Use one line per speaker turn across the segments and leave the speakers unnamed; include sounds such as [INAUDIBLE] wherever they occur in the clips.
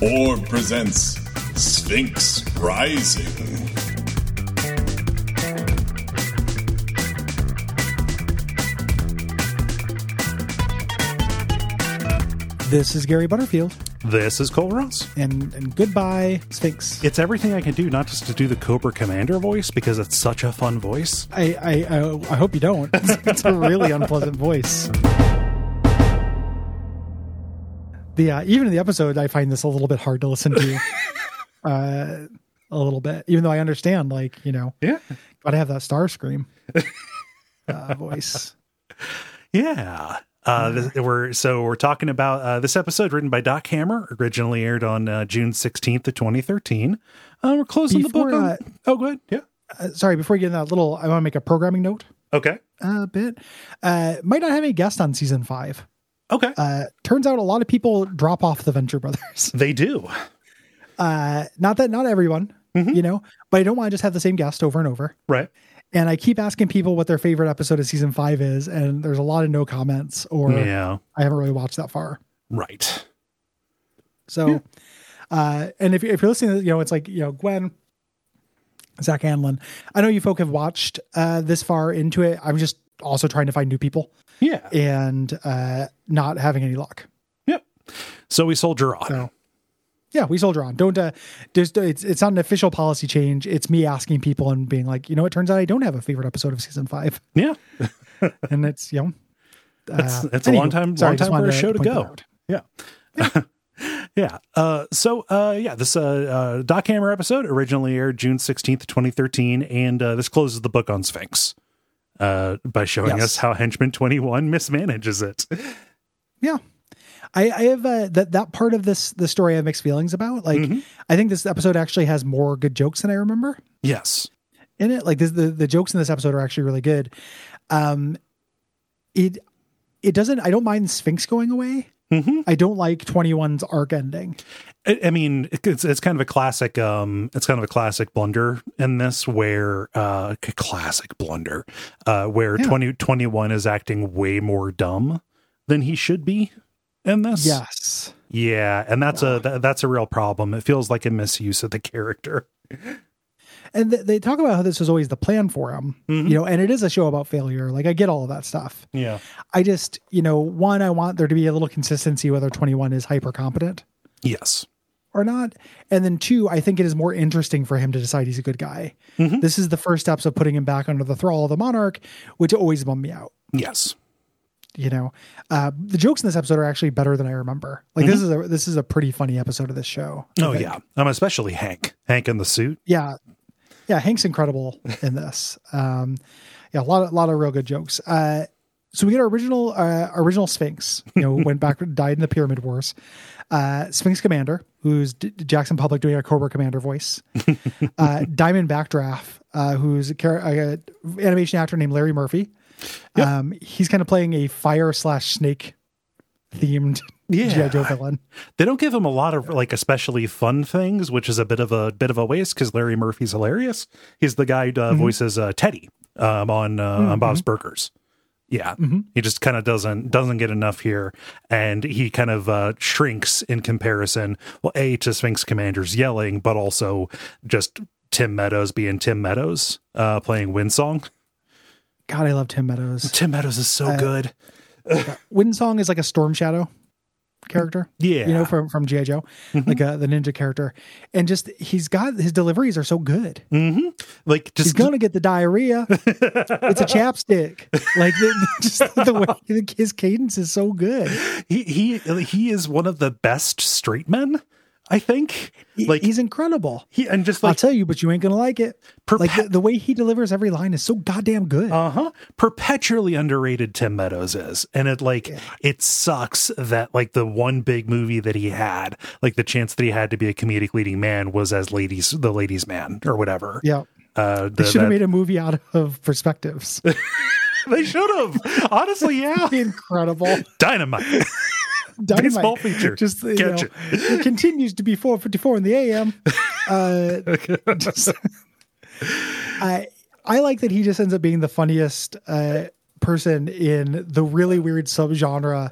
Orb presents Sphinx Rising.
This is Gary Butterfield,
This is Cole Ross.
and, and goodbye, Sphinx.
It's everything I can do, not just to do the Cobra Commander voice because it's such a fun voice.
I, I, I, I hope you don't. [LAUGHS] It's, it's a really unpleasant voice. The uh, even in the episode, I find this a little bit hard to listen to. uh, a little bit, even though I understand, like you know,
Yeah,
gotta have that star scream uh, voice.
yeah. Uh, this, we're so we're talking about uh, this episode written by Doc Hammer, originally aired on uh, June sixteenth of twenty thirteen. Uh, we're closing
Before,
the book. On,
uh,
oh, good. Yeah.
Uh, sorry, before you get in that little, I want to make a programming note
Okay.
a bit. Uh, might not have any guest on season five.
Okay.
Uh, turns out a lot of people drop off the Venture Brothers.
they do.
uh not that not everyone
Mhm.
you know but i don't want to just have the same guest over and over
Right.
and i keep asking people what their favorite episode of season five is and there's a lot of no comments or
Yeah.
i haven't really watched that far
Right.
so uh and if, if you're listening you know it's like you know gwen zach Anlin. i know you folk have watched uh this far into it i'm just also trying to find new people
Yeah.
and uh not having any luck
Yep. So we soldier on.
So, yeah, we soldier on. Don't uh, just it's it's not an official policy change. It's me asking people and being like, you know, it turns out I don't have a favorite episode of season five, [LAUGHS]
Yeah.
uh, and it's you know,
That's- that's a long time- long
I just
time for a
wanted
show to
point that
go.
out.
Yeah. yeah. Uh, so, uh, yeah, this uh, uh, Doc Hammer episode originally aired June 16th, 2013. And uh, this closes the book on Sphinx uh, by showing
Yes.
us how Henchman 21 mismanages it.
Yeah, I, I have uh, that that part of this the story I have mixed feelings about. Like,
Mm-hmm.
I think this episode actually has more good jokes than I remember
Yes.
in it. Like, this, the the jokes in this episode are actually really good. Um, it it doesn't. I don't mind Sphinx going away.
hmm
I don't like 21's arc ending.
I, I mean, it's it's kind of a classic. Um, it's kind of a classic blunder in this, where uh, c- classic blunder, uh, where
Yeah.
twenty twenty one is acting way more dumb than he should be in this.
Yes.
yeah, and that's a th- that's a real problem. It feels like a misuse of the character.
and th- they talk about how this was always the plan for him
Mhm.
you know and it is a show about failure like i get all of that stuff
Yeah,
i just you know one i want there to be a little consistency whether 21 is hyper competent
yes,
or not and then two i think it is more interesting for him to decide he's a good guy
Mhm.
this is the first steps of putting him back under the thrall of the monarch which always bummed me out
yes,
you know uh, the jokes in this episode are actually better than i remember like this is a this is a pretty funny episode of this show I
Mm-hmm. oh
think.
yeah. Um, especially Hank, Hank in the suit.
yeah yeah hank's incredible in this um yeah a lot of lot of real good jokes uh so we get our original uh original sphinx you know went back died in the pyramid wars uh sphinx commander who's D- jackson public doing a cobra commander voice uh diamond backdraft uh who's a, char- a, a animation actor named larry murphy um he's kind of playing a fire slash snake themed
Yeah.
gi joe villain
They don't give him a lot of like especially fun things, which is a bit of a bit of a waste because Larry Murphy's hilarious. He's the guy who
Mm-hmm.
uh, voices uh, Teddy um, on uh, on Bob's Burgers. Yeah,
Mm-hmm.
he just kind of doesn't doesn't get enough here, and he kind of uh, shrinks in comparison. Well, a to Sphinx Commander's yelling, but also just Tim Meadows being Tim Meadows uh, playing Windsong.
god i love tim meadows
Tim Meadows is so
Uh,
good.
Windsong is like a Storm Shadow character.
Yeah. Mm-hmm.
You know, from from G.I. Joe, like uh, the ninja character. And just he's got his deliveries are so good.
hmm Like
He's
just
gonna get the diarrhea. it's
[LAUGHS]
a chapstick. Like the, [LAUGHS] just the way his cadence is so good.
he he he is one of the best straight men i think
He-
like
he's incredible.
he and just
I'll
like
tell you, but you ain't gonna like it.
Perpe-
like the, the way he delivers every line is so goddamn good.
uh-huh perpetually underrated tim meadows is and it like it sucks that like the one big movie that he had like the chance that he had to be a comedic leading man was as ladies the ladies man or whatever
yeah.
uh
They
the-
should have
that-
made a movie out of
[LAUGHS]
perspectives.
they should have honestly
[LAUGHS]
yeah
Incredible.
dynamite [LAUGHS]
dynamite.
Baseball feature.
Just you
Catch
know, it. continues to be 4:54 in the a.m. Uh, just- I I like that he just ends up being the funniest uh, person in the really weird subgenre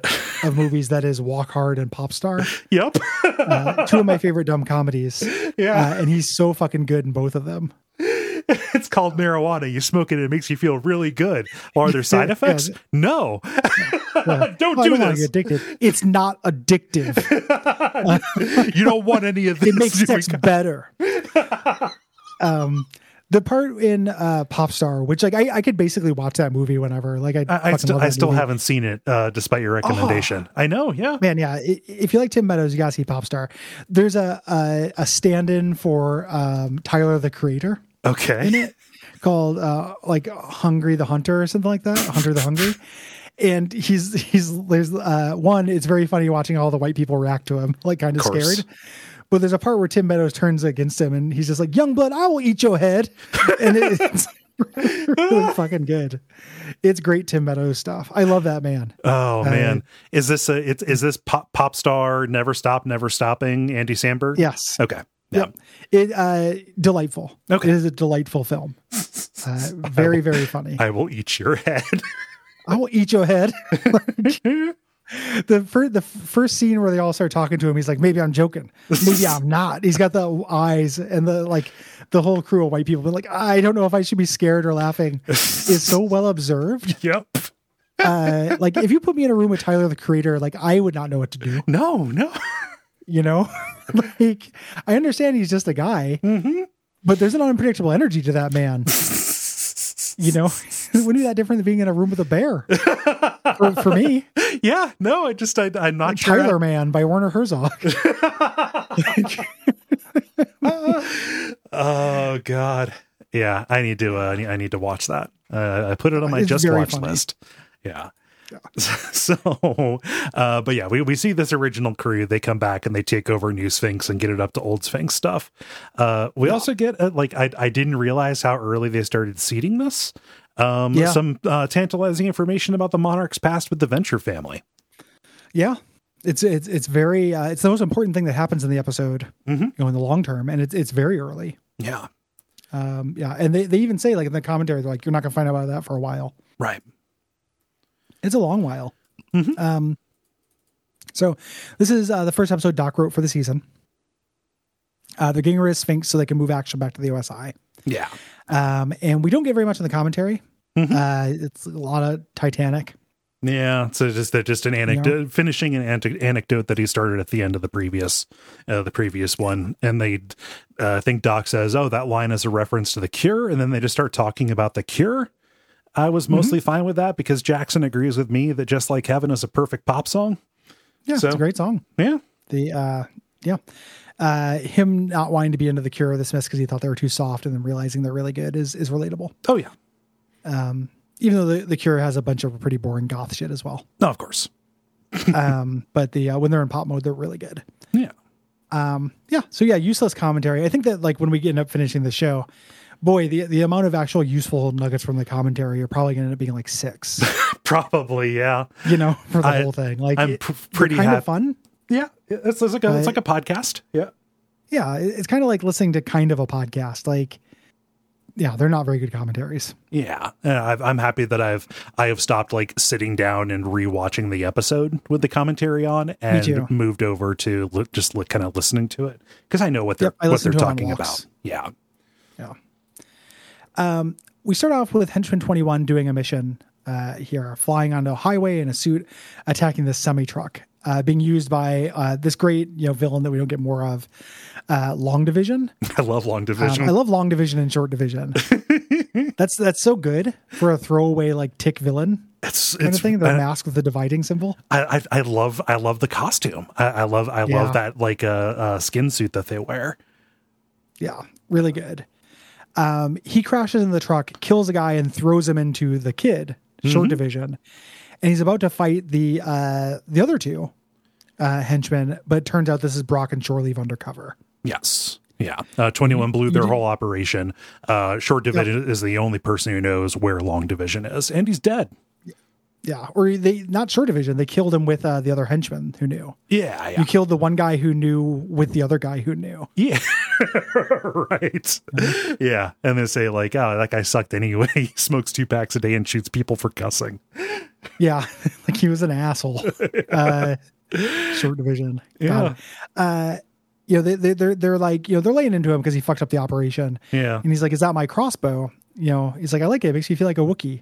of movies that is Walk Hard and Pop Star.
Yep.
Uh, two of my favorite dumb comedies.
Yeah.
Uh, and he's so fucking good in both of them.
[LAUGHS] it's called marijuana. You smoke it and it makes you feel really good. Well, are there side
Yeah.
effects? No. [LAUGHS] don't
Well, I
do
don't want to
this.
get addicted. It's not
[LAUGHS]
addictive.
you don't want any of
[LAUGHS]
this.
It makes
doing
sex better. um, the part in uh, Popstar, which like I, I could basically watch that movie whenever. Like I,
I, I
fucking
still,
love that
I still
movie. Oh.
haven't seen it, uh, despite your recommendation. I know, yeah.
Man, yeah. i- If you like Tim Meadows, you gotta see Popstar. There's a a, a stand-in for um, Tyler the Creator
Okay.
called uh, like Hungry the Hunter or something like that. Hunter the Hungry. And he's he's there's uh, one. It's very funny watching all the white people react to him, like kind of
course.
scared. But there's a part where Tim Meadows turns against him, and he's just like, "Young blood, I will eat your head," and it, it's [LAUGHS] really fucking good. It's great Tim Meadows stuff. I love that man.
Oh man, is this a it's is this pop pop star? Never stop, never stopping. Andy Samberg.
Yes.
Okay. Yeah.
Yep. It uh delightful.
Okay.
It is a delightful film.
[LAUGHS]
Uh, very very funny.
I will eat your [LAUGHS] head.
I will eat your
[LAUGHS]
head. [LAUGHS] the first the first scene where they all start talking to him, he's like, maybe I'm joking, maybe
[LAUGHS]
I'm not. He's got the eyes and the like, the whole crew of white people. But like, I don't know if I should be scared or laughing. Is
[LAUGHS]
so well observed.
yep.
Uh, like, if you put me in a room with Tyler the Creator, like I would not know what to do.
No, no.
You know, [LAUGHS] like I understand he's just a guy,
Mm-hmm.
but there's an unpredictable energy to that
[LAUGHS]
man. You know, [LAUGHS] it wouldn't be that different than being in a room with a bear. for, for
[LAUGHS]
me,
[LAUGHS] Yeah, no. I just I, I'm not sure.
Tyler Man by Werner Herzog. [LAUGHS]
Oh God. Yeah, I need to. Uh, I need- I need to watch that. Uh, I put it on my
It's
just
very
watch
funny.
list. Yeah. [LAUGHS] So, uh, but yeah, we, we see this original crew. They come back and they take over New Sphinx and get it up to old Sphinx stuff. Uh, we also get uh, like I I didn't realize how early they started seeding this. Um,
Yeah.
some uh, tantalizing information about the monarch's past with the Venture family.
Yeah, it's it's it's very uh, it's the most important thing that happens in the episode, you
Mm-hmm.
know, in the long term, and it's it's very early.
Yeah.
Um, yeah, and they, they even say like in the commentary, they're like, "You're not gonna find out about that for a while.
Right.
It's a long while." Um, so this is uh, the first episode Doc wrote for the season. Uh, they're getting rid of Sphinx so they can move action back to the OSI.
Yeah.
Um, and we don't get very much in the commentary. Uh, it's a lot of Titanic.
Yeah, so just that just an anecdote, finishing an ante- anecdote that he started at the end of the previous, uh, the previous one, and they, uh, I think Doc says, "Oh, that line is a reference to the Cure," and then they just start talking about the Cure. I was mostly fine with that because Jackson agrees with me that just like heaven is a perfect pop song.
Yeah,
So-
it's a great song.
Yeah,
the uh yeah uh him not wanting to be into the cure or the smiths because he thought they were too soft and then realizing they're really good is is relatable
oh yeah,
even though the, the cure has a bunch of pretty boring goth shit as well
no, of course,
um but the uh, when they're in pop mode they're really good
yeah,
yeah so yeah useless commentary i think that like when we end up finishing the show boy the the amount of actual useful nuggets from the commentary are probably gonna end up being like
[LAUGHS]
six
[LAUGHS] probably yeah,
you know for the
I-
whole thing like
I'm
it-
pr-
they're
pretty
kind
hap-
of fun
yeah. It's, it's like a it's like a podcast. Yeah,
yeah it- it's kind of like listening to kind of a podcast like yeah they're not very good commentaries
Yeah, and I've, I'm happy that I've I have stopped like sitting down and rewatching the episode with the commentary on,
too.
and moved over to li- just li- kind of listening to it because I know what they're
Yep, I
what
listen
they're
to it on
talking
walks.
about. Yeah, [LAUGHS]
Yeah. Um, we start off with Henchman 21 doing a mission uh, here, flying onto a highway in a suit, attacking this semi truck. Uh, being used by uh, this great you know villain that we don't get more of, uh, Long Division.
I love long
Um,
division.
I love Long Division and Short
[LAUGHS]
Division. that's that's so good for a throwaway like tick villain
it's
kind
it's
of thing. The
I-
mask with the dividing symbol.
I, I I love I love the costume. I, I love I
Yeah.
love that like uh, uh, skin suit that they wear.
Yeah, really good. Um, he crashes in the truck, kills a guy, and throws him into the kid
Mm-hmm.
short division, and he's about to fight the uh, the other two uh, henchmen. But it turns out this is Brock and Shore leave undercover.
Yes. Yeah. Uh, 21 blew their whole operation. Uh, Short Division is the only person who knows where Long Division is, and he's dead.
Yeah, or they not short division. They killed him with uh, the other henchman who knew.
Yeah.
You
Yeah.
killed the one guy who knew with the other guy who knew.
yeah. [LAUGHS] right. Yeah. And they say, like, oh, that guy sucked anyway. [LAUGHS] he smokes two packs a day and shoots people for cussing.
Yeah, [LAUGHS] like he was an
[LAUGHS]
asshole. Uh, short division.
Yeah.
God. Uh, you know, they, they, they're they're like you know they're laying into him because he fucked up the operation,
Yeah.
and he's like, "Is that my crossbow?" You know, he's like, "I like it. It makes me feel like a Wookiee."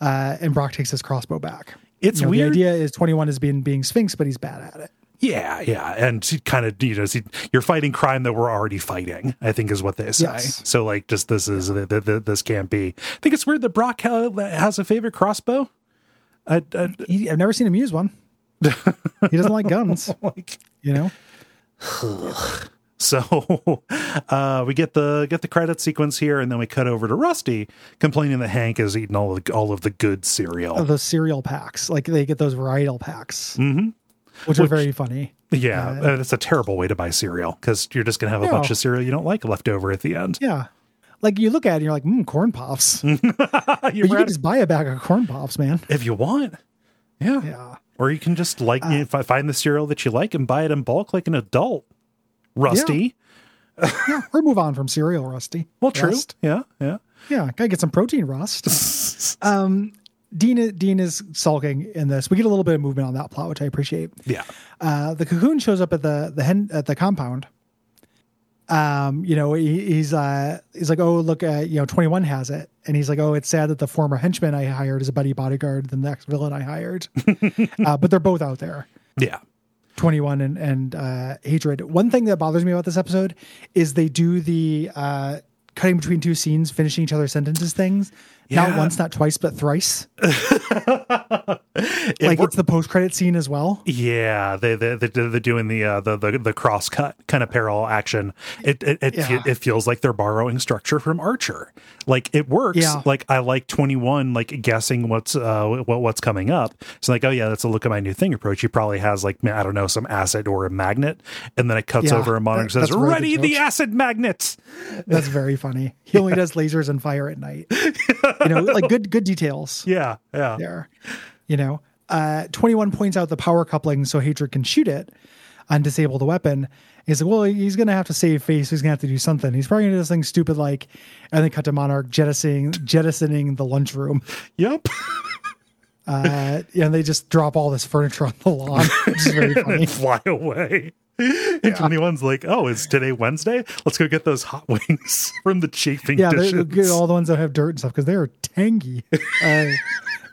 Uh, and Brock takes his crossbow back.
It's
You know,
weird.
The idea is twenty one is being being Sphinx, but he's bad at it.
Yeah, yeah, and she kind of you know she, you're fighting crime that we're already fighting. I think is what they say.
Yes.
So like, just this is th th- th- this can't be. I think it's weird that Brock ha- has a favorite crossbow. I, I
He, I've never seen him use
[LAUGHS]
one. he doesn't like guns,
like
you know.
so. [LAUGHS] Uh, we get the get the credit sequence here, and then we cut over to Rusty complaining that Hank has eaten all of, all of the good cereal.
Uh, Those cereal packs, like they get those varietal packs,
Mhm.
which, are
Which-
very funny.
yeah,
uh,
and it's a terrible way to buy cereal because you're just gonna have a
No.
bunch of cereal you don't like left over at the end.
Yeah, like you look at it, and you're like, mm, corn pops.
You're
But you
out
can
of-
just buy a bag of corn pops, man.
if you want.
Yeah. Uh.
Or you can just like you know, fi- find the cereal that you like and buy it in bulk like an adult. Rusty.
[LAUGHS] Yeah. Or move on from cereal, Rusty.
Well, true.
Rust.
Yeah,
[LAUGHS]
yeah.
Yeah. Gotta get some protein
[LAUGHS]
rust. um, Dean, i- Dean is sulking in this. We get a little bit of movement on that plot, which I appreciate.
Yeah.
Uh, the cocoon shows up at the the hen at the compound. Um, you know, he, he's uh, he's like, oh look, uh, you know, twenty one has it, and he's like, oh, it's sad that the former henchman I hired is a buddy bodyguard than the next villain I
[LAUGHS]
hired, uh, but they're both out there.
Yeah.
21 and and uh hatred one thing that bothers me about this episode is they do the uh cutting between two scenes finishing each other's sentences things
Yeah.
not once not twice but thrice
It
like
wor-
it's the post-credit scene as well
yeah, they they they they're doing the uh, the the, the cross cut kind of parallel action. It it it, fe-
Yeah.
it feels like they're borrowing structure from Archer. Like it works.
Yeah.
Like I like twenty one. Like guessing what's uh what what's coming up. It's like oh yeah, that's a look at my new thing approach. He probably has like I don't know some acid or a magnet, and then it cuts
Yeah,
over a monitor and
that-
says
that's really good
ready the
jokes.
acid magnets.
that's very funny he only does lasers and fire at night you know like good good details
Yeah, yeah.
there you know uh 21 points out the power coupling so hatred can shoot it and disable the weapon he's like well he's gonna have to save face he's gonna have to do something he's probably gonna do this thing stupid like and then cut to monarch jettisoning jettisoning the lunchroom
Yep.
uh and they just drop all this furniture on the lawn which is very
[LAUGHS]
funny
[LAUGHS] Fly
[LAUGHS]
away. And 21's like, oh, is today Wednesday? Let's go get those hot [LAUGHS] wings from the chafing
yeah
dishes.
they're good, all the ones that have dirt and stuff because they're
[LAUGHS]
tangy uh,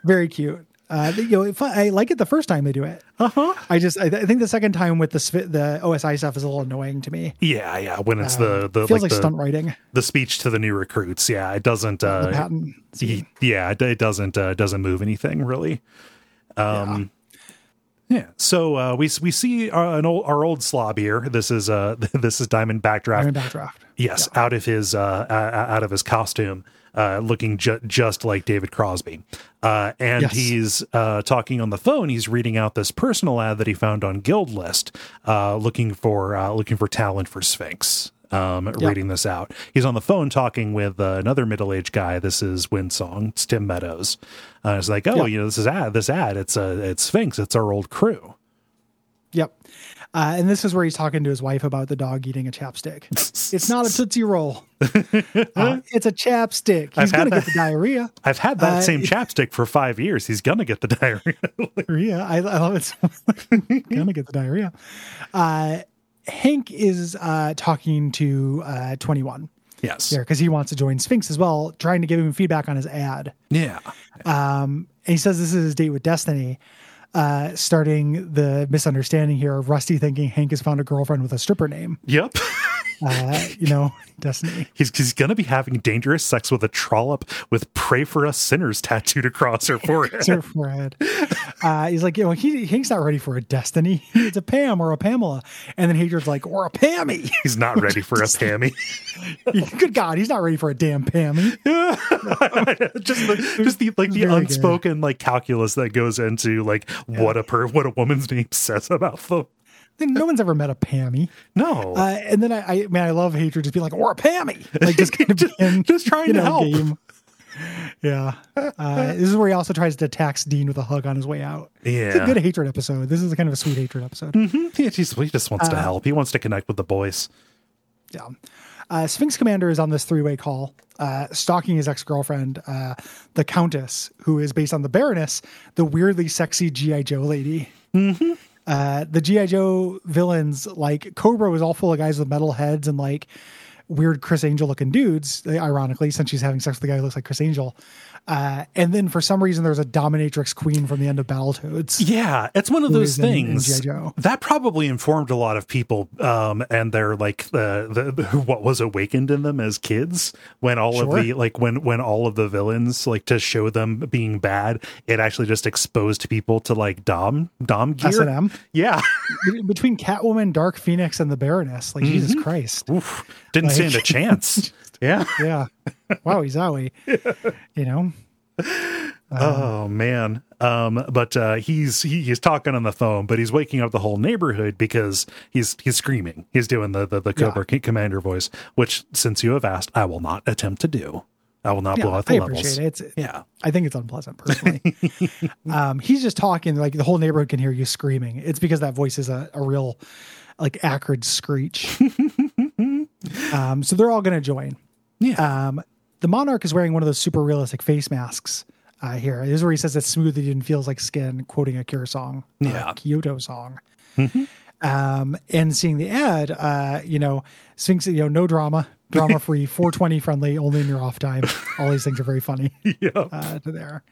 very cute uh, you know, if I I like it the first time they do it.
Uh-huh.
I just, I, I think the second time with the svi- the OSI stuff is a little annoying to me.
Yeah, yeah. When it's the the
feels
like,
like,
the,
stunt writing.
the speech to the new recruits. Yeah, it doesn't. Uh,
the patent.
y- yeah, it, it doesn't. Uh, doesn't move anything really. Um, yeah. So uh, we s- we see our, an old, our old slob here. This is uh [LAUGHS] this is Diamond Backdraft.
Iron Backdraft.
Yes, out of his uh, uh, out of his costume, uh, looking ju- just like David Crosby, uh, and
Yes.
he's uh, talking on the phone. He's reading out this personal ad that he found on Guild List, uh, looking for uh, looking for talent for Sphinx. Um,
Yeah.
Reading this out, he's on the phone talking with uh, another middle aged guy. This is Winsong. It's Tim Meadows. Uh, it's like, oh,
Yeah.
you know, this is ad. This ad. It's uh, it's Sphinx. It's our old crew.
Yep. Uh, and this is where he's talking to his wife about the dog eating a
[LAUGHS]
chapstick. it's not a Tootsie Roll. Uh, it's a chapstick.
I've
He's going
had
to get
that.
the
[LAUGHS]
diarrhea.
I've had that
Uh,
same chapstick for five years. He's gonna get the diarrhea.
Diarrhea. I, I love it. going to get the diarrhea. Uh, Hank is uh, talking to uh, 21
[LAUGHS] yes.
there because he wants to join Sphinx as well, trying to give him feedback on his ad.
Yeah.
Um, and he says this is his date with Destiny, uh, starting the misunderstanding here of Rusty thinking Hank has found a girlfriend with a stripper name.
Yep. [LAUGHS]
Uh, you know, [LAUGHS] Destiny.
He's, he's going to be having dangerous sex with a trollop with Pray for Us Sinners tattooed across
[LAUGHS]
her forehead.
It's her forehead. Uh, he's like, you know, he, Hank's not ready for a Destiny. It's a Pam or a Pamela. And then Hatred's like, or a Pammy. [LAUGHS]
He's not ready for a Pammy.
Good God, he's not ready for a damn Pammy.
[LAUGHS] just the, just the like the
Very good.
unspoken like calculus that goes into like what a per what a woman's name says about them.
Then No one's ever met a Pammy.
No, [LAUGHS]
Uh, and then I, I man, I love Hatred just being like, or a Pammy. Like just kind of [LAUGHS]
Just-
being,
just trying
you
to
know,
help. [LAUGHS]
Yeah. Uh, this is where he also tries to tax Dean with a hug on his way out. It's a
yeah,
good hatred
[LAUGHS]
episode. This is kind of a sweet hatred episode. Uh,
Mhm. he, just, he just wants to help. He wants to connect with the boys.
Yeah. Uh, Sphinx Commander is on this three way call, uh, stalking his ex girlfriend, uh, the Countess, who is based on the Baroness, the weirdly sexy G.I. Joe lady. Uh, the G.I. Joe villains, like Cobra, was all full of guys with metal heads and like weird Chris Angel looking dudes, ironically, since she's having sex with the guy who looks like Chris Angel. Uh, and then for some reason, there's a dominatrix queen from the end of Battletoads.
Yeah, it's one of those
is in- in
things
G.I. Joe.
that probably informed a lot of people, um, and their like uh, the, the what was awakened in them as kids when all
Sure.
of the like when when all of the villains like to show them being bad, it actually just exposed people to like dom dom gear.
S&M.
Yeah, [LAUGHS]
Between Catwoman, Dark Phoenix, and the Baroness, like Jesus Christ.
Oof. didn't stand a
Like- [LAUGHS]
chance. Yeah.
yeah. Wow, he's owie. You know,
Oh man. Um, but uh, he's he, he's talking on the phone, but he's waking up the whole neighborhood because he's he's screaming. He's doing the the, the Cobra Ki- Commander voice, which since you have asked, I will not attempt to do. I will not
yeah,
blow out
I
the levels.
appreciate it. It's,
Yeah.
I think it's unpleasant
[LAUGHS]
personally. um, he's just talking like the whole neighborhood can hear you screaming. It's because that voice is a, a real like acrid
[LAUGHS]
screech. um, so they're all going to join.
Yeah.
Um, the monarch is wearing one of those super realistic face masks. Uh, here this is where he says it's smooth. It even feels like skin. Quoting a Cure song, uh,
Yeah.
Kyoto song. Um, and seeing the ad, uh, you know, Sphinx, you know, no drama,
[LAUGHS]
drama free, 420 friendly, only in your off time. All these things are very
[LAUGHS]
funny
Yep.
uh, to there.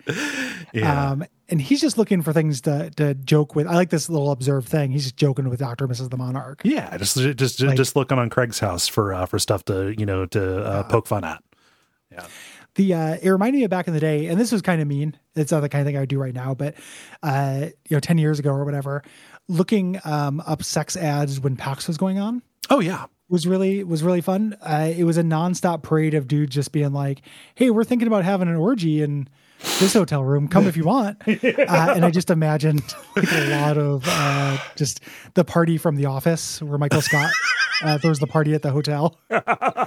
Yeah.
Um, and he's just looking for things to to joke with. I like this little observed thing. He's just joking with Doctor Mrs. the Monarch.
yeah. Just just just, just looking on Craig's house for uh, for stuff to you know to uh, poke fun at.
The uh, it reminded me of back in the day, and this was kind of mean. It's not the kind of thing I would do right now, but uh, you know, ten years ago or whatever, looking um, up sex ads when PAX was going on.
Oh yeah.
was really was really fun. Uh, it was a nonstop parade of dudes just being like, "Hey, we're thinking about having an orgy in this hotel room. Come if you want." Uh, and I just imagined like, a lot of uh, just the party from The Office, where Michael Scott uh, throws the party at the hotel. [LAUGHS]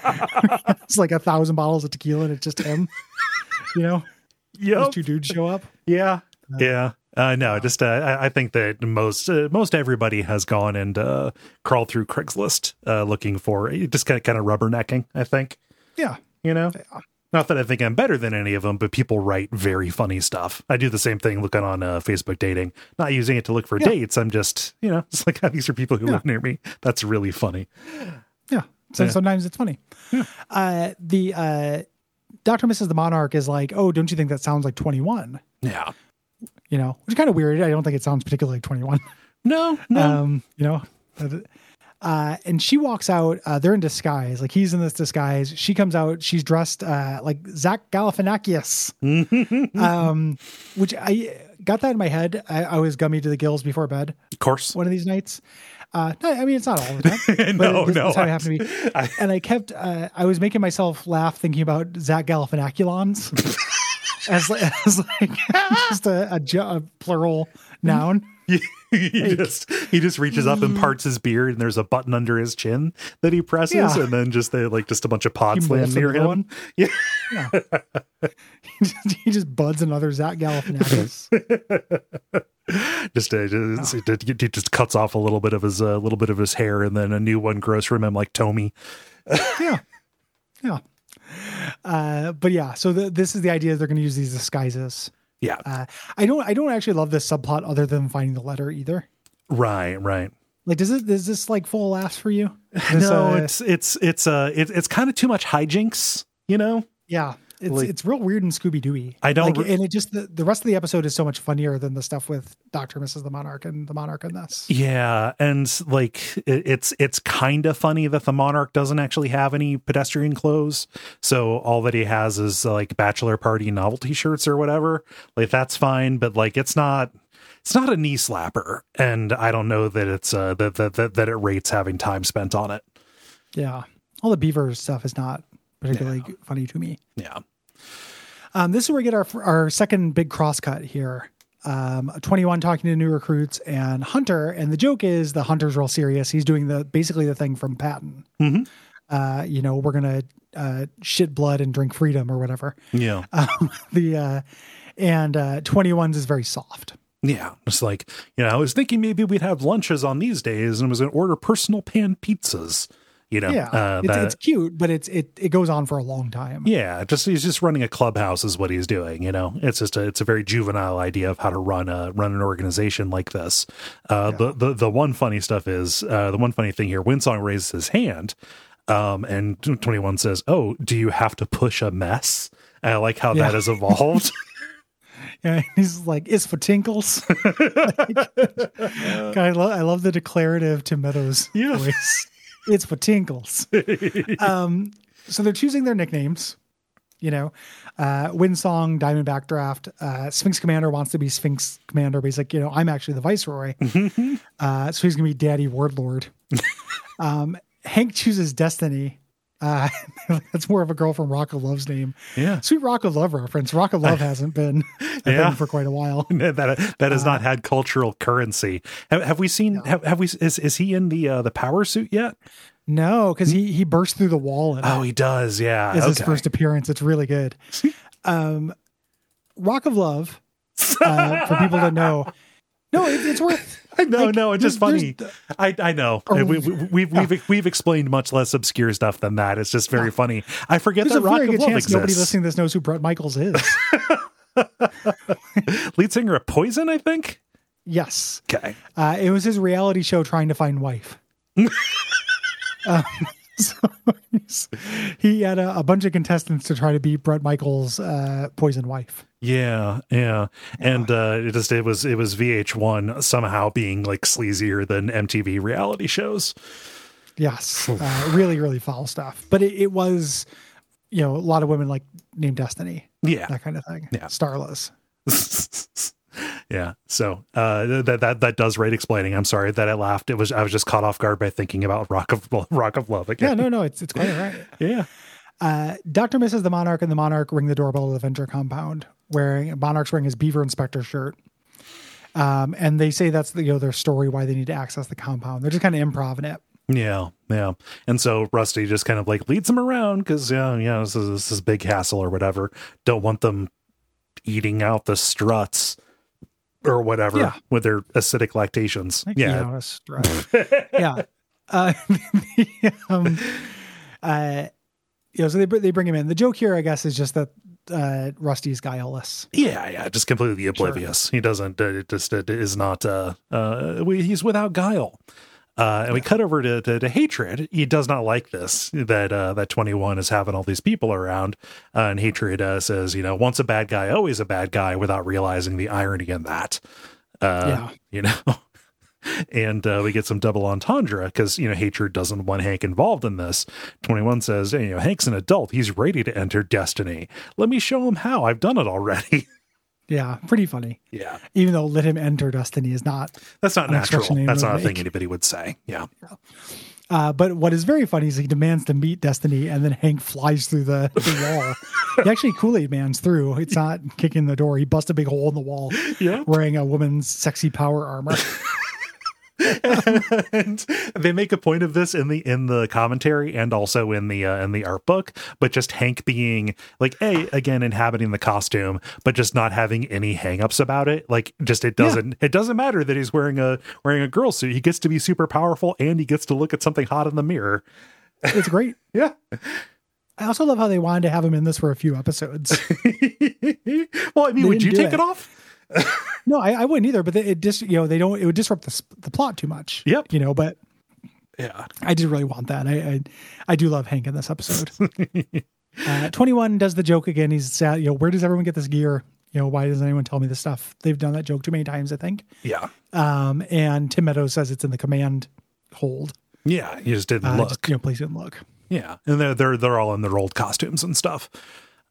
it's like a thousand bottles of tequila, and it's just him. You know, those
Yep.
two dudes show up.
Yeah, yeah. Uh, no, just uh, I, I think that most uh, most everybody has gone and uh, crawled through Craigslist uh, looking for just kind of kind of rubbernecking. I think
Yeah,
you know. Not that I think I'm better than any of them, but people write very funny stuff. I do the same thing looking on uh, Facebook dating, not using it to look for
Yeah.
dates. I'm just, you know, [LAUGHS] it's like "Oh, these are people who
Yeah.
live near me. That's really funny.
Yeah. So
Yeah.
sometimes it's funny. Uh, the uh, Dr. Mrs. the Monarch is like, oh, don't you think that sounds like 21?
Yeah.
You know, which is kind of weird. I don't think it sounds particularly like 21.
No, no.
um, you know, uh, and she walks out. Uh, they're in disguise. Like he's in this disguise. She comes out. She's dressed uh, like Zach Galifianakis, um, which I got that in my head. I, I was gummy to the gills before bed
of course.
one of these nights. Uh, no, I mean it's not all the
[LAUGHS]
time.
No,
but it,
no,
that's how
I-
it happened to be. and I kept, uh, I was making myself laugh thinking about Zach Galifianakulons
[LAUGHS]
as, li- as like [LAUGHS] just a, a, ju- a plural noun. [LAUGHS]
[LAUGHS] he just he just reaches up
mm-hmm.
and parts his beard and there's a button under his chin that he presses
Yeah.
and then just they like just a bunch of pots
He
land
molts
near
another
him
one.
[LAUGHS] yeah
he, just, he just buds another Zach
[LAUGHS]
Galifianakis.
just uh, just,
Oh.
it- it- it just cuts off a little bit of his a little bit of his hair and then a new one grows from him like Tommy
yeah, yeah. Uh, but yeah, so the, this is the idea. They're going to use these disguises.
yeah
Uh, I don't, I don't actually love this subplot other than finding the letter either.
right right
Like, does it, is this like full ass for
[LAUGHS]
you? This,
no
uh,
it's it's it's uh it, it's kind of too much hijinks you know
Yeah, it's
Like-
it's real weird and Scooby Dooey.
I don't
like,
re-
and it just the, the rest of the episode is so much funnier than the stuff with Doctor Mrs. the Monarch and the Monarch in
E-,
this.
Yeah, and like it, it's it's kind of funny that the monarch doesn't actually have any pedestrian clothes, so all that he has is like bachelor party novelty shirts or whatever. Like that's fine, but like it's not it's not a knee slapper, and I don't know that it's uh that that that, that it rates having time spent on it.
Yeah, all the beaver stuff is not particularly funny to me.
Yeah,
Um, this is where we get our our second big cross cut here. Um, 21 talking to new recruits and Hunter, and the joke is the Hunter's real serious. He's doing the basically the thing from Patton.
Mhm.
Uh, you know, we're gonna uh, shit blood and drink freedom or whatever.
yeah,
Um, the uh, and uh, 21's is very soft.
yeah. It's like you know, I was thinking maybe we'd have lunches on these days, and was gonna order personal pan pizzas. You know,
yeah,
uh,
it's,
that-
it's cute, but it's it it goes on for a long time.
yeah, just he's just running a clubhouse is what he's doing. You know, it's just a it's a very juvenile idea of how to run a run an organization like this. Uh, The the the one funny stuff is uh, the one funny thing here. Winsong raises his hand, um, and Twenty One says, "Oh, do you have to push a mess?" And I like how
Yeah.
that has evolved.
Yeah, he's like, "It's for tinkles." [LAUGHS] God, I, lo- I love the declarative to Meadows.
Yeah.
voice. [LAUGHS] it's for tinkles. um, so they're choosing their nicknames. You know, uh, Windsong, Diamondback Draft. Uh, Sphinx Commander wants to be Sphinx Commander, but he's like, you know, I'm actually the Viceroy. uh, so he's gonna be Daddy Wardlord. um, Hank chooses Destiny. Uh, [LAUGHS] that's more of a girl from Rock of Love's name.
[LAUGHS] yeah,
Sweet Rock of Love reference. Rock of [LAUGHS] Love hasn't been a thing
Yeah.
for quite a while.
[LAUGHS]
[LAUGHS]
that that has not had cultural currency. Have, have we seen? Have, have we? Is is he in the uh, the power suit yet?
No, because he he burst through the wall and
Oh, he does. Yeah,
is his
okay. [LAUGHS]
first appearance. It's really good. Um, Rock of Love uh, for people to know. [LAUGHS] No, it, it's worth.
I know,
Like,
[LAUGHS] no, it's just
there's-
funny. I, I know.
Oh,
we, we, we've, we've, we've explained much less obscure stuff than that. It's just very funny. I forget
There's a
that Rock
very
of
good
Love
chance nobody
exists.
listening to this knows who Brett Michaels [LAUGHS] is.
Lead singer of Poison, I think.
yes,
Okay.
uh, it was his reality show trying to find wife. [LAUGHS] um, [LAUGHS] so he's- he had a, a bunch of contestants to try to beat Brett Michaels' uh, poison wife.
Yeah, yeah, and uh, it just it was it was VH1 somehow being like sleazier than MTV reality shows.
Yes, uh, really, really foul stuff. But it, it was, you know, a lot of women like named Destiny,
Yeah,
that kind of thing.
Yeah.
Starless.
[LAUGHS] yeah. So uh, that that that does rate explaining. I'm sorry that I laughed. It was I was just caught off guard by thinking about Rock of Rock of Love
Yeah,
again.
no, no, it's it's quite all right.
yeah.
Uh, Doctor misses the Monarch, and the Monarch ring the doorbell of the Venture compound, wearing Monarch's wearing his Beaver Inspector shirt. Um, and they say that's the, you know their story why they need to access the compound. They're just kind of improvising it.
Yeah, yeah. And so Rusty just kind of like leads them around because yeah, yeah, this is this is big hassle or whatever. Don't want them eating out the struts or whatever
Yeah.
with their acidic lactations.
You
Yeah.
know, it's right. yeah. Uh, [LAUGHS] the, um, uh, you know, so they br- they bring him in. The joke here, I guess, is just that uh, Rusty's guileless.
Yeah, yeah, just completely oblivious. He doesn't. Uh, it just it is not. Uh, uh, we, he's without guile. Uh, and we cut over to, to, to hatred. He does not like this that uh, that twenty one is having all these people around. Uh, and hatred uh, says, you know, once a bad guy, always a bad guy, without realizing the irony in that. Uh,
Yeah.
you know. [LAUGHS] And uh, we get some double entendre because you know hatred doesn't want Hank involved in this. Twenty one says, hey, you know, Hank's an adult; he's ready to enter destiny. Let me show him how. I've done it already. [LAUGHS]
Yeah, pretty funny.
Yeah.
Even though let him enter Destiny is not.
That's not
An
natural.
expression they
That's
would
not a thing
make.
anybody would say. Yeah.
Uh, but what is very funny is he demands to meet Destiny, and then Hank flies through the, the wall. He actually Kool Aid Man's through. It's not kicking the door. He busts a big hole in the wall,
Yeah.
wearing a woman's sexy power armor.
and they make a point of this in the in the commentary and also in the uh, in the art book, but just Hank being like a again inhabiting the costume, but just not having any hangups about it. Like just it doesn't it doesn't matter that he's wearing a wearing a girl suit. He gets to be super powerful and he gets to look at something hot in the mirror.
It's great.
[LAUGHS] Yeah.
I also love how they wanted to have him in this for a few episodes.
well, I mean,
They
would
didn't do
you take
it.
it off?
No, I, I wouldn't either. But it just you know they don't. It would disrupt the sp- the plot too much.
Yep.
You know, but
Yeah.
I did really want that. I I, I do love Hank in this
[LAUGHS]
episode. uh, Twenty one does the joke again. He's sad. You know, where does everyone get this gear? You know, why doesn't anyone tell me this stuff? They've done that joke too many times, I think.
Yeah.
Um, and Tim Meadows says it's in the command hold.
Yeah. You just didn't
Uh,
look.
just, you know, please don't look.
Yeah, and they're they're they're all in their old costumes and stuff.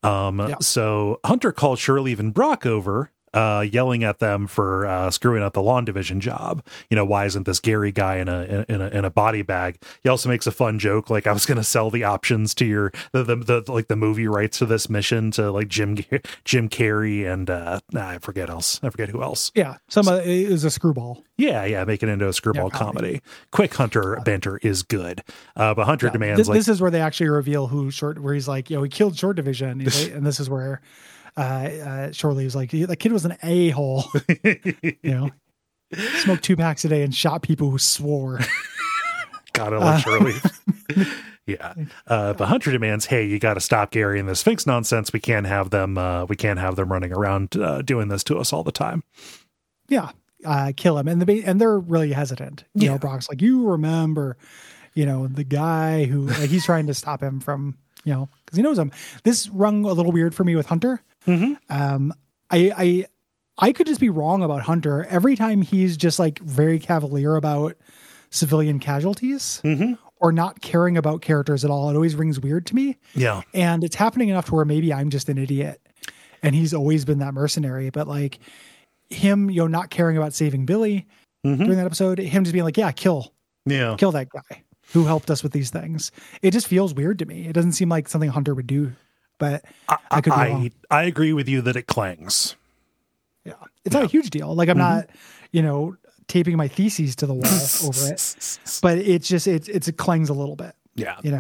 Um,
Yeah.
so Hunter called Shirley and Brock over, uh, yelling at them for uh, screwing up the lawn division job. You know, why isn't this Gary guy in a in a, in a body bag? He also makes a fun joke like I was going to sell the options to your the, the the like the movie rights to this mission to like Jim Car- Jim Carrey and uh, nah, I forget else I forget who else.
Yeah, some uh, it was a screwball.
Yeah, yeah, make it into a screwball
Yeah, comedy. Uh,
comedy. Quick Hunter banter is good, uh, but Hunter demands
This,
like.
this is where they actually reveal who short. Where he's like, you know, he killed short division, He's
[LAUGHS]
like- and this is where uh, uh, Shorley was like, the kid was an a
[LAUGHS]
hole. you know,
[LAUGHS]
smoked two packs a day and shot people who swore. Uh,
God, I love Shirley.
[LAUGHS]
yeah. Uh, but Hunter demands, "Hey, you got to stop Gary and the Sphinx nonsense. We can't have them. Uh, we can't have them running around uh, doing this to us all the time."
yeah, uh, kill him. And the ba- and they're really hesitant. You know,
Yeah.
Brock's like, you remember, you know, the guy who like, he's trying to stop him from, you know, because he knows him. This rung a little weird for me with Hunter.
Mm-hmm.
Um, I I I could just be wrong about Hunter. Every time he's just like very cavalier about civilian casualties
Mm-hmm.
or not caring about characters at all, it always rings weird to me.
Yeah.
And it's happening enough to where maybe I'm just an idiot. And he's always been that mercenary, but like him, you know, not caring about saving Billy
Mm-hmm.
during that episode, him just being like, "Yeah, kill,
Yeah.
kill that guy who helped us with these things." It just feels weird to me. It doesn't seem like something Hunter would do, but
I
I could be
I,
wrong.
I agree with you that it clangs.
yeah, it's not a huge deal. Like I'm
Mm-hmm.
not, you know, taping my theses to the wall
[LAUGHS]
over it, but it's just it's it's it clangs a little bit, [LAUGHS]
Yeah.
you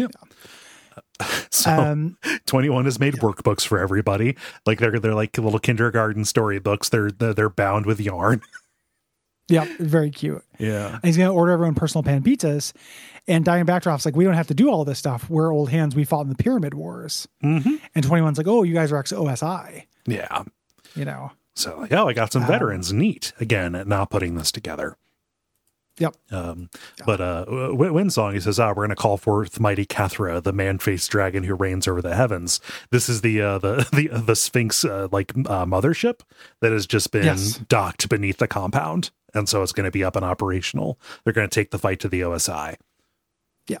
know.
So
Um,
21 has made workbooks for everybody. Like they're they're like little kindergarten storybooks. They're they're, they're bound
[LAUGHS]
with yarn.
yeah, very cute.
Yeah.
And he's gonna order everyone personal pan pizzas, and Diane Backdroft's like, "We don't have to do all this stuff. We're old hands. We fought in the Pyramid Wars."
Mm-hmm.
And 21's like, "Oh, you guys are ex OSI,"
Yeah.
you know.
So like, oh, I got some
Um,
veterans. Neat. Again, at not putting this together.
Yep.
Um, but uh, w- Windsong, he says, "Ah, we're going to call forth mighty Cathra, the man-faced dragon who reigns over the heavens. This is the uh, the [LAUGHS] the the Sphinx uh, like uh, mothership that has just been
Yes.
docked beneath the compound, and so it's going to be up and operational. They're going to take the fight to the OSI.
Yeah.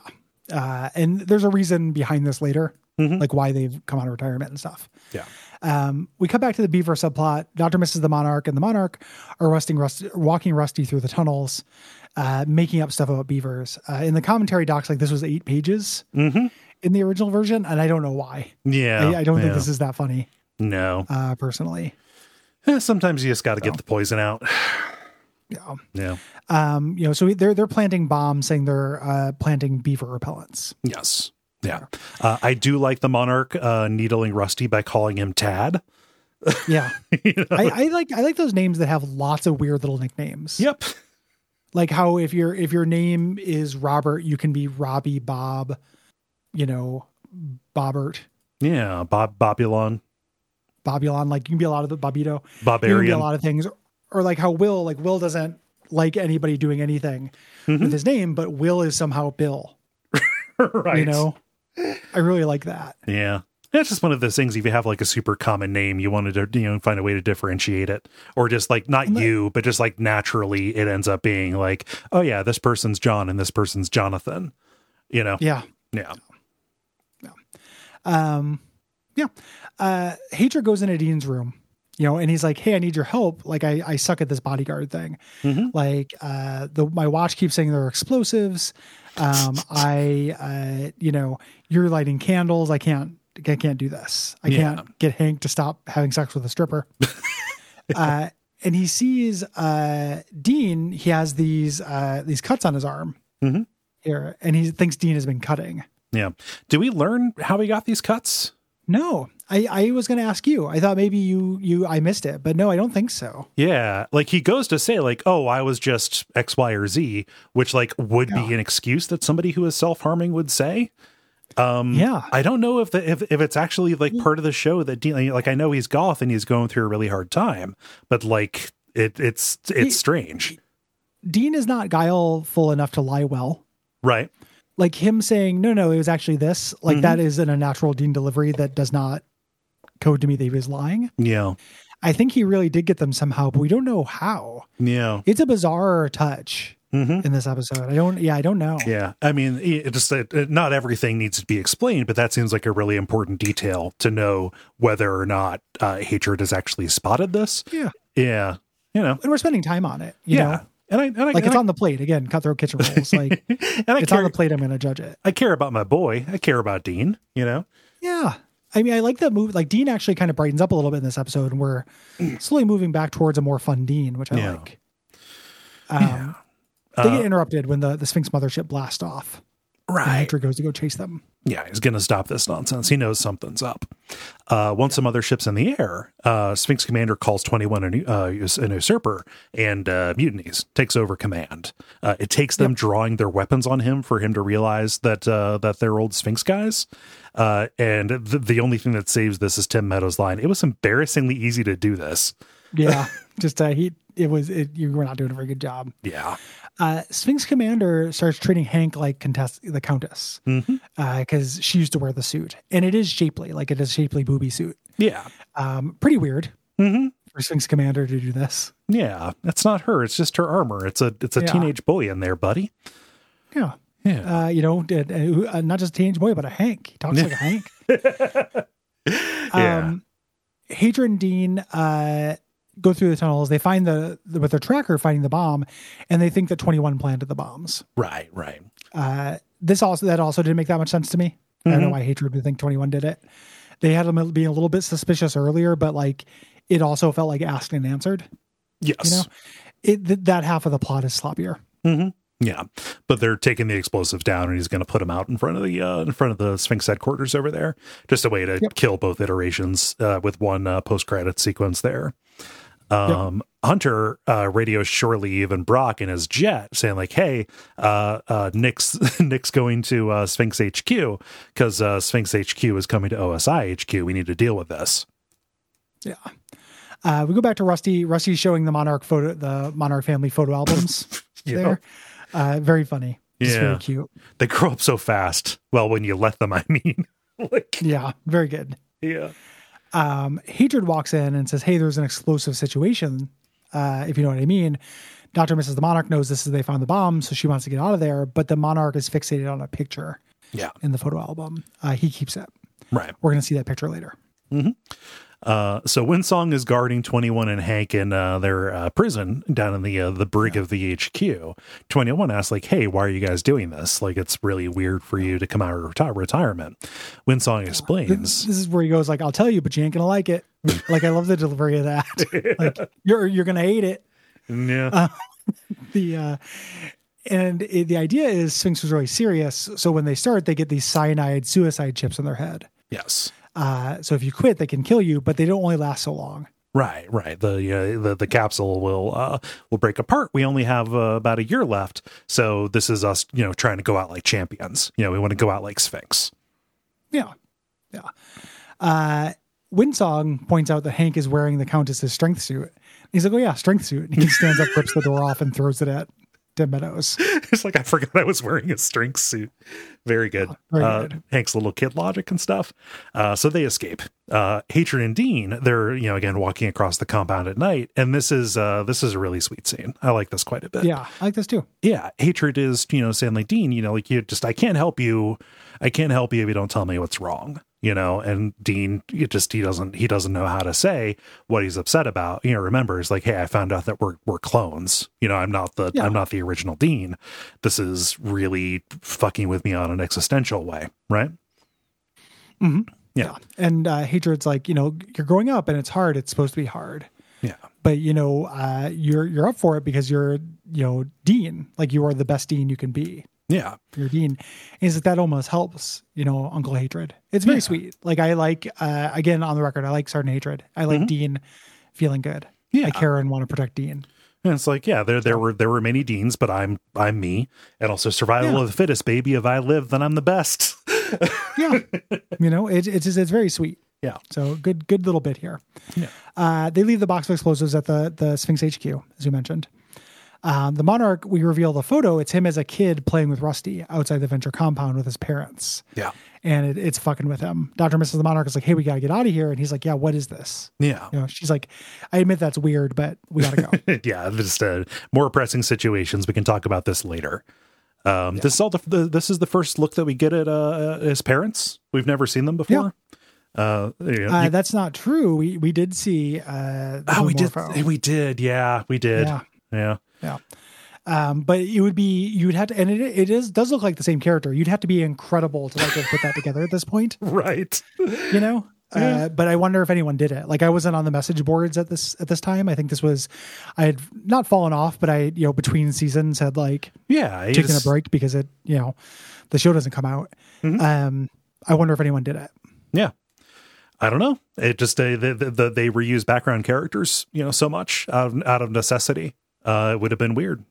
Uh, and there's a reason behind this later,
Mhm.
like why they've come out of retirement and stuff.
Yeah.
Um, we cut back to the Beaver subplot. Dr. Mrs. the Monarch and the Monarch are rusting rust- walking Rusty through the tunnels, uh, making up stuff about beavers. Uh, in the commentary, Doc's like, this was eight pages
Mm-hmm.
in the original version, and I don't know why.
Yeah,
I, I don't
yeah.
think this is that funny,
no.
uh, personally.
Eh, Sometimes you just got to get the poison out. [SIGHS]
Yeah.
Yeah.
Um, you know, so they're they're planting bombs, saying they're uh, planting beaver repellents.
Yes. Yeah. Uh, I do like the monarch uh, needling Rusty by calling him Tad.
Yeah,
[LAUGHS] You know?
I, I like I like those names that have lots of weird little nicknames.
Yep.
like how if your if your name is Robert, you can be Robbie Bob, you know, Bobbert,
Yeah. Bob Bobulon.
Bobulon. Like you can be a lot of the Bobito. You can be a
[LAUGHS] Barbarian.
lot of things. Or like how Will, like Will doesn't like anybody doing anything with his name, but Will is somehow Bill.
right.
You know, I really like that.
Yeah. That's just one of those things. If you have like a super common name, you wanted to, you know, find a way to differentiate it, or just like not you, but just like naturally, it ends up being like, oh yeah, this person's John and this person's Jonathan. You know.
Yeah.
Yeah.
Um, yeah. Uh, Hatred goes into Dean's room, you know, and he's like, Hey, I need your help. Like, I, I suck at this bodyguard thing.
Mhm.
Like, uh, the, my watch keeps saying there are explosives. Um, I, uh, you know, you're lighting candles. I can't, I can't do this. I
Yeah.
can't get Hank to stop having sex with a stripper. uh, and he sees, uh, Dean, he has these, uh, these cuts on his arm
Mhm.
here, and he thinks Dean has been cutting.
Yeah. Do we learn how he got these cuts?
No, I, I was going to ask you. I thought maybe you you I missed it, but no, I don't think so.
Yeah, like he goes to say like, "Oh, I was just X, Y, or Z," which like would
Yeah.
be an excuse that somebody who is self harming would say. Um,
Yeah.
I don't know if the if, if it's actually like part of the show that dealing like I know he's goth and he's going through a really hard time, but like it it's it's
He-
strange,
Dean is not guileful enough to lie well.
right?
Like him saying, "No, no, it was actually this." Like that is an unnatural Dean delivery that does not code to me that he was lying.
Yeah,
I think he really did get them somehow, but we don't know how.
yeah,
It's a bizarre touch
hmm
in this episode. I don't. Yeah, I don't know.
yeah. I mean, it it just it, it- not everything needs to be explained, but that seems like a really important detail to know whether or not uh, hatred has actually spotted this.
Yeah.
Yeah, you know.
And we're spending time on it. You
yeah.
Know?
And I and I,
Like
and
it's
I,
on the plate again. Cutthroat kitchen rules. Like
and I
it's
care,
on the plate. I'm going to judge it.
I care about my boy. I care about Dean, you know?
Yeah. I mean, I like that move. Like Dean actually kind of brightens up a little bit in this episode, and we're [CLEARS THROAT] slowly moving back towards a more fun Dean, which I
Yeah.
like. Um, They get interrupted when the, the Sphinx mothership blasts off. And
Right.
Hector goes to go chase them.
Yeah, he's going to stop this nonsense. He knows something's up. Uh, once some other ships in the air, uh, Sphinx Commander calls 21 an, uh, us- an usurper and uh, mutinies, takes over command. Uh, it takes them drawing their weapons on him for him to realize that uh, that they're old Sphinx guys. Uh, and th- the only thing that saves this is Tim Meadows' line. It was embarrassingly easy to do this.
Yeah, [LAUGHS] just uh, he. It was it, you were not doing a very good job.
Yeah.
Uh, Sphinx Commander starts treating Hank like contest the Countess because
Mm-hmm.
she used to wear the suit, and it is shapely, like it is shapely booby suit.
Yeah.
Um, pretty weird
Mhm.
for Sphinx Commander to do this.
Yeah. That's not her. It's just her armor. It's a it's a
Yeah.
teenage boy in there, buddy.
Yeah,
Yeah.
uh, you know, did- uh, not just a teenage boy, but a Hank. He talks like a Hank.
Yeah.
Hadrian and Dean uh, go through the tunnels. They find the, the with their tracker finding the bomb, and they think that Twenty One planted the bombs.
right. Right.
Uh, this also that also didn't make that much sense to me. I don't know why Hatred would think Twenty One did it. They had him being a little bit suspicious earlier, but like it also felt like asked and answered.
Yes.
You know, it th- that half of the plot is sloppier.
hmm Yeah, but they're taking the explosives down, and he's going to put them out in front of the uh, in front of the Sphinx headquarters over there. Just a way to
Yep.
kill both iterations uh, with one uh, post credit sequence there. Um, Hunter uh, radios Shore Leave and Brock in his jet, saying like, "Hey, uh, uh, Nick's [LAUGHS] Nick's going to uh, Sphinx HQ because uh, Sphinx HQ is coming to OSI HQ. We need to deal with this."
Yeah. Uh, we go back to Rusty. Rusty's showing the Monarch photo, the Monarch family photo albums
[LAUGHS] Yeah.
there. Uh, very funny. It's
Yeah.
very cute.
They grow up so fast. Well, when you let them, I mean, [LAUGHS] like,
Yeah, very good.
yeah,
Um, Hatred walks in and says, Hey, there's an explosive situation, uh, if you know what I mean. Dr. and Mrs. the Monarch knows this is they found the bomb, so she wants to get out of there, but the Monarch is fixated on a picture
yeah,
in the photo album. Uh, he keeps it.
right.
We're going to see that picture later.
Uh, so Winsong is guarding 21 and Hank in uh, their uh, prison down in the uh, the brig of the HQ. 21 asks like, "Hey, why are you guys doing this? Like, it's really weird for you to come out of reti- retirement." Winsong explains,
This is where he goes, like, I'll tell you, but you ain't going to like it. [LAUGHS] like, I love the delivery of that. [LAUGHS] like, you're, you're going to hate it.
"Yeah,
[LAUGHS] the uh and it, the idea is sphinx was really serious so when they start they get these cyanide suicide chips in their head
yes."
uh so if you quit they can kill you but they don't only last so long
Right, right. The uh, the the capsule will uh, will break apart. We only have uh, about a year left, so this is us, you know, trying to go out like champions. You know, we want to go out like Sphinx.
yeah yeah uh winsong points out that hank is wearing the countess's strength suit he's like oh yeah strength suit and he stands up rips the door off and throws it at Tim Meadows.
[LAUGHS] it's like I forgot I was wearing a strength suit. Very good.
Oh, Very
uh,
good.
Hank's little kid logic and stuff. Uh, so they escape. Uh, Hatred and Dean, they're you know again walking across the compound at night, and this is uh, this is a really sweet scene. I like this quite a bit
Yeah, I like this too.
yeah, hatred is, you know, saying like Dean, you know, like you just I can't help you. I can't help you if you don't tell me what's wrong. You know, and Dean it just he doesn't he doesn't know how to say what he's upset about. You know, remember it's like, hey, I found out that we're we're clones. You know, I'm not the
Yeah.
I'm not the original Dean. This is really fucking with me on an existential way, right? Mm-hmm. Yeah.
And uh, hatred's like, you know, you're growing up and it's hard. It's supposed to be hard.
Yeah.
but you know uh, you're you're up for it because you're you know dean like you are the best dean you can be
Yeah.
you're dean and he's like that almost helps you know uncle hatred it's very
Yeah.
sweet like i like uh, again on the record i like sergeant hatred i like dean feeling good
Mm-hmm. Yeah.
i care and want to protect dean
And it's like, yeah, there there were there were many deans, but I'm I'm me. And also survival
Yeah.
of the fittest, baby. If I live, then I'm the best. [LAUGHS]
yeah you know it, it's just, it's very sweet
Yeah.
so good good little bit here
Yeah.
uh, they leave the box of explosives at the the sphinx hq as we mentioned um, the monarch we reveal the photo it's him as a kid playing with rusty outside the venture compound with his parents
Yeah.
and it, it's fucking with him. Dr. and Mrs. the Monarch is like, hey, we gotta get out of here. And he's like, yeah, what is this?
[LAUGHS] Yeah.
You know, she's like, I admit that's weird, but we gotta
[LAUGHS]
go.
yeah, just uh, more pressing situations. We can talk about this later. Um, This is all the, the this is the first look that we get at uh, his parents. We've never seen them before. Uh, you know,
uh,
you-
that's not true. We we did see. Uh,
oh, we did,
Zoomorpho.
we did, yeah, we did, yeah.
Yeah. Yeah. Um, but it would be you would have to, and it it is does look like the same character. You'd have to be incredible to like have put that together at this point,
right.
you know. Uh, but I wonder if anyone did it. Like I wasn't on the message boards at this at this time. I think this was I had not fallen off, but I you know between seasons had like
[LAUGHS] Yeah, I
taken a
just-
break because it you know the show doesn't come out. Um, I wonder if anyone did it.
Yeah, I don't know. It just uh, the, the, the, they reuse background characters, you know, so much out of, out of necessity. Uh, it would have been weird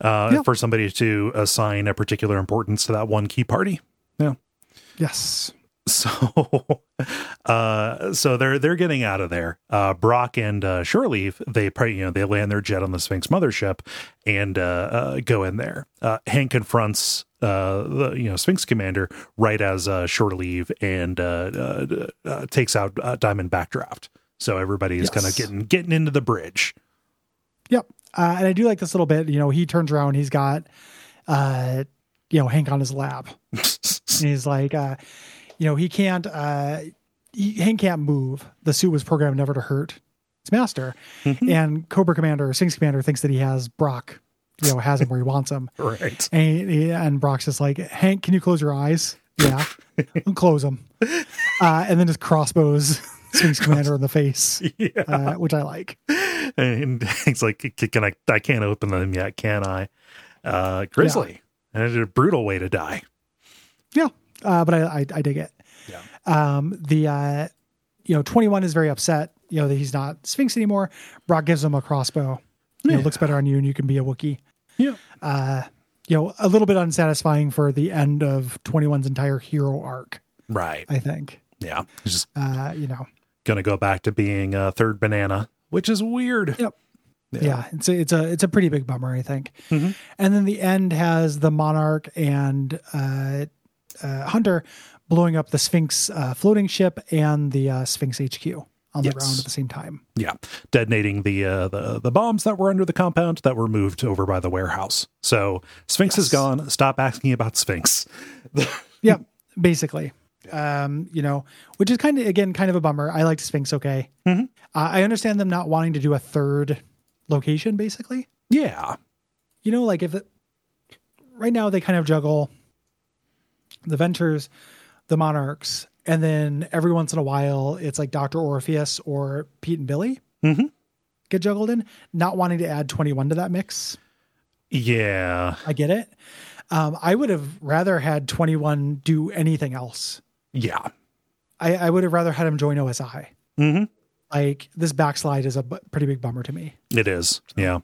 uh,
Yeah.
for somebody to assign a particular importance to that one key party. Yeah.
Yes.
So, [LAUGHS] uh, so they're they're getting out of there. Uh, Brock and uh, Shirley, they probably you know they land their jet on the Sphinx mothership and uh, uh, go in there. Uh, Hank confronts uh, the you know Sphinx commander right as uh, Shore Leave and uh, uh, uh, takes out uh, Diamond Backdraft. So everybody's kind of
Yes.
getting getting into the bridge. [LAUGHS]
Yep. Uh, and I do like this little bit. You know, he turns around. He's got, uh, you know, Hank on his lap. And he's like, uh, you know, he can't. Uh, he, Hank can't move. The suit was programmed never to hurt its master. And Cobra Commander, Sphinx Commander, thinks that he has Brock. You know, has him where he wants him. [LAUGHS]
right. [LAUGHS]
And, he- and Brock's just like, Hank, can you close your eyes? Yeah, close them. Uh, and then just crossbows Sphinx Commander in the face,
Yeah.
uh, which I like.
[LAUGHS] and he's like, "Can I? I can't open them yet, can I?" Uh, Grizzly, and it's a brutal way to die.
Yeah, uh, but I, I I dig it.
Yeah.
Um, the uh, you know, twenty one is very upset. You know that he's not Sphinx anymore. Brock gives him a crossbow. You know,
Yeah.
It looks better on you, and you can be a Wookiee.
Yeah.
Uh, you know, a little bit unsatisfying for the end of 21's entire hero arc.
Right.
I think.
Yeah. He's just
Uh, you know,
gonna go back to being a third banana, which is weird.
Yep.
Yeah.
yeah. it's a it's a it's a pretty big bummer, I think.
Mhm.
And then the end has the monarch and uh, uh, Hunter blowing up the Sphinx uh, floating ship and the uh, Sphinx HQ on the
Yes.
ground at the same time.
Yeah. Detonating the uh, the the bombs that were under the compound that were moved over by the warehouse. So Sphinx is
Yes.
gone. Stop asking about Sphinx.
Yeah, basically. Um, you know, which is kind of again kind of a bummer. I liked Sphinx okay.
Mhm.
Uh, I understand them not wanting to do a third location, basically.
Yeah.
You know, like if it, right now they kind of juggle the Ventures, the Monarchs, and then every once in a while it's like Doctor Orpheus or Pete and Billy
Mhm.
get juggled in. Not wanting to add twenty one to that mix.
Yeah.
I get it. Um, I would have rather had twenty one do anything else
Yeah.
I, I would have rather had him join OSI.
Mm-hmm.
Like this backslide is a bu- pretty big bummer to me.
It is. Yeah.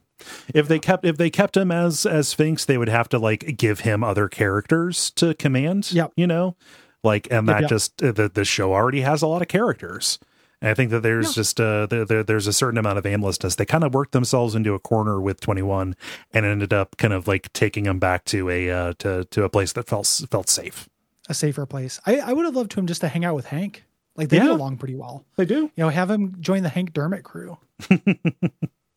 If they kept if they kept him as as Sphinx, they would have to like give him other characters to command.
Yep.
You know, like and that
yep.
just uh, the the show already has a lot of characters. And I think that there's just uh there, there there's a certain amount of aimlessness. They kind of worked themselves into a corner with 21 and ended up kind of like taking them back to a uh to to a place that felt felt safe.
A safer place. I, I would have loved him just to hang out with Hank. Like they get
Yeah.
along pretty well.
They do.
You know, have him join the Hank Dermot
[LAUGHS]
crew.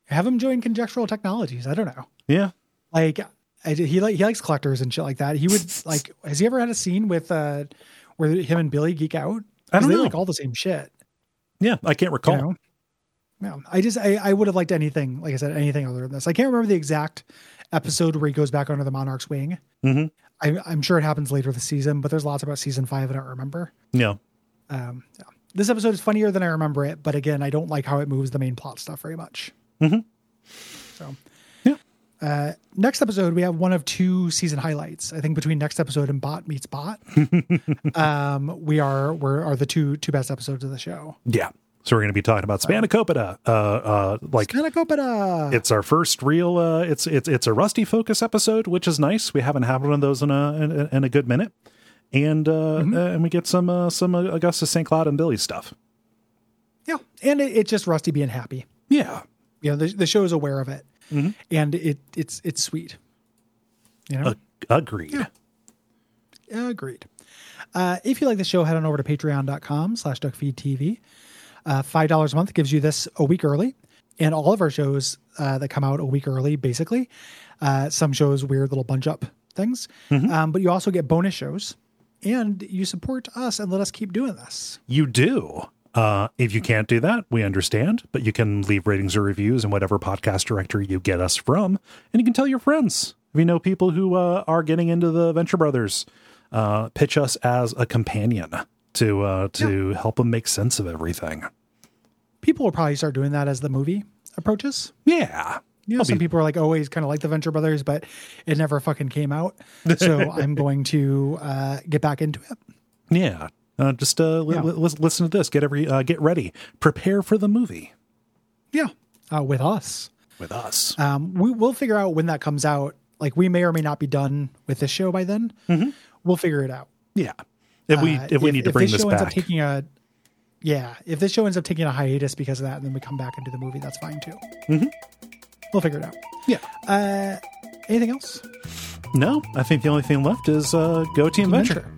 have him join Conjectural Technologies. I don't know.
Yeah.
Like I, he like he likes collectors and shit like that.
[LAUGHS]
He would like. Has he ever had a scene with uh where him and Billy geek out?
I
'Cause
don't
they
know.
like all the same shit.
Yeah, I can't recall.
you know? Yeah, I just I, I would have liked anything like I said anything other than this. I can't remember the exact episode where he goes back under the Monarch's wing.
Mhm.
I, I'm sure it happens later this season, but there's lots about season five I don't remember.
Yeah.
Um, yeah. This episode is funnier than I remember it, but again, I don't like how it moves the main plot stuff very much.
Mhm.
So,
Yeah.
Uh, next episode, we have one of two season highlights. I think between next episode and Bot meets Bot, um, we are we are the two two best episodes of the show.
Yeah. So we're going to be talking about Spanakopita uh uh like
Panacopita.
it's our first real uh it's it's it's a rusty focus episode which is nice we haven't had one of those in a in, in a good minute and uh uh, and we get some uh some uh, augustus st cloud and billy stuff
Yeah, and it, it's just Rusty being happy.
yeah
You know, the, the show is aware of it, and it it's it's sweet. You know,
Ag- agreed
agreed. Uh, if you like the show, head on over to patreon.com slash duckfeedtv. Uh, Five dollars a month gives you this a week early, and all of our shows uh, that come out a week early, basically. Uh, some shows weird little bunch up things, um, but you also get bonus shows, and you support us and let us keep doing this.
you do uh if you can't do that we understand but you can leave ratings or reviews in whatever podcast directory you get us from and you can tell your friends if you know people who uh, are getting into the venture brothers uh pitch us as a companion to uh, to help him make sense of everything.
People will probably start doing that as the movie approaches.
Yeah,
You know,
I'll
some
be-
people are like, oh, he's kind of like the Venture Brothers, but it never fucking came out. So I'm going to uh, get back into it.
yeah. Uh, just uh, li-
Yeah.
li- lis- listen to this. Get every uh, get ready. Prepare for the movie
Yeah, uh, with us.
with us.
Um, we will figure out when that comes out. Like we may or may not be done with this show by then. We'll figure it out.
yeah. If Mm-hmm. we
Uh,
if we need to bring
this
this
show ends up
back,
taking a yeah, if this show ends up taking a hiatus because of that, and then we come back and do the movie, that's fine too.
Mm-hmm.
We'll figure it out.
yeah.
Uh, anything else?
No, I think the only thing left is uh, go team venture.
Venture.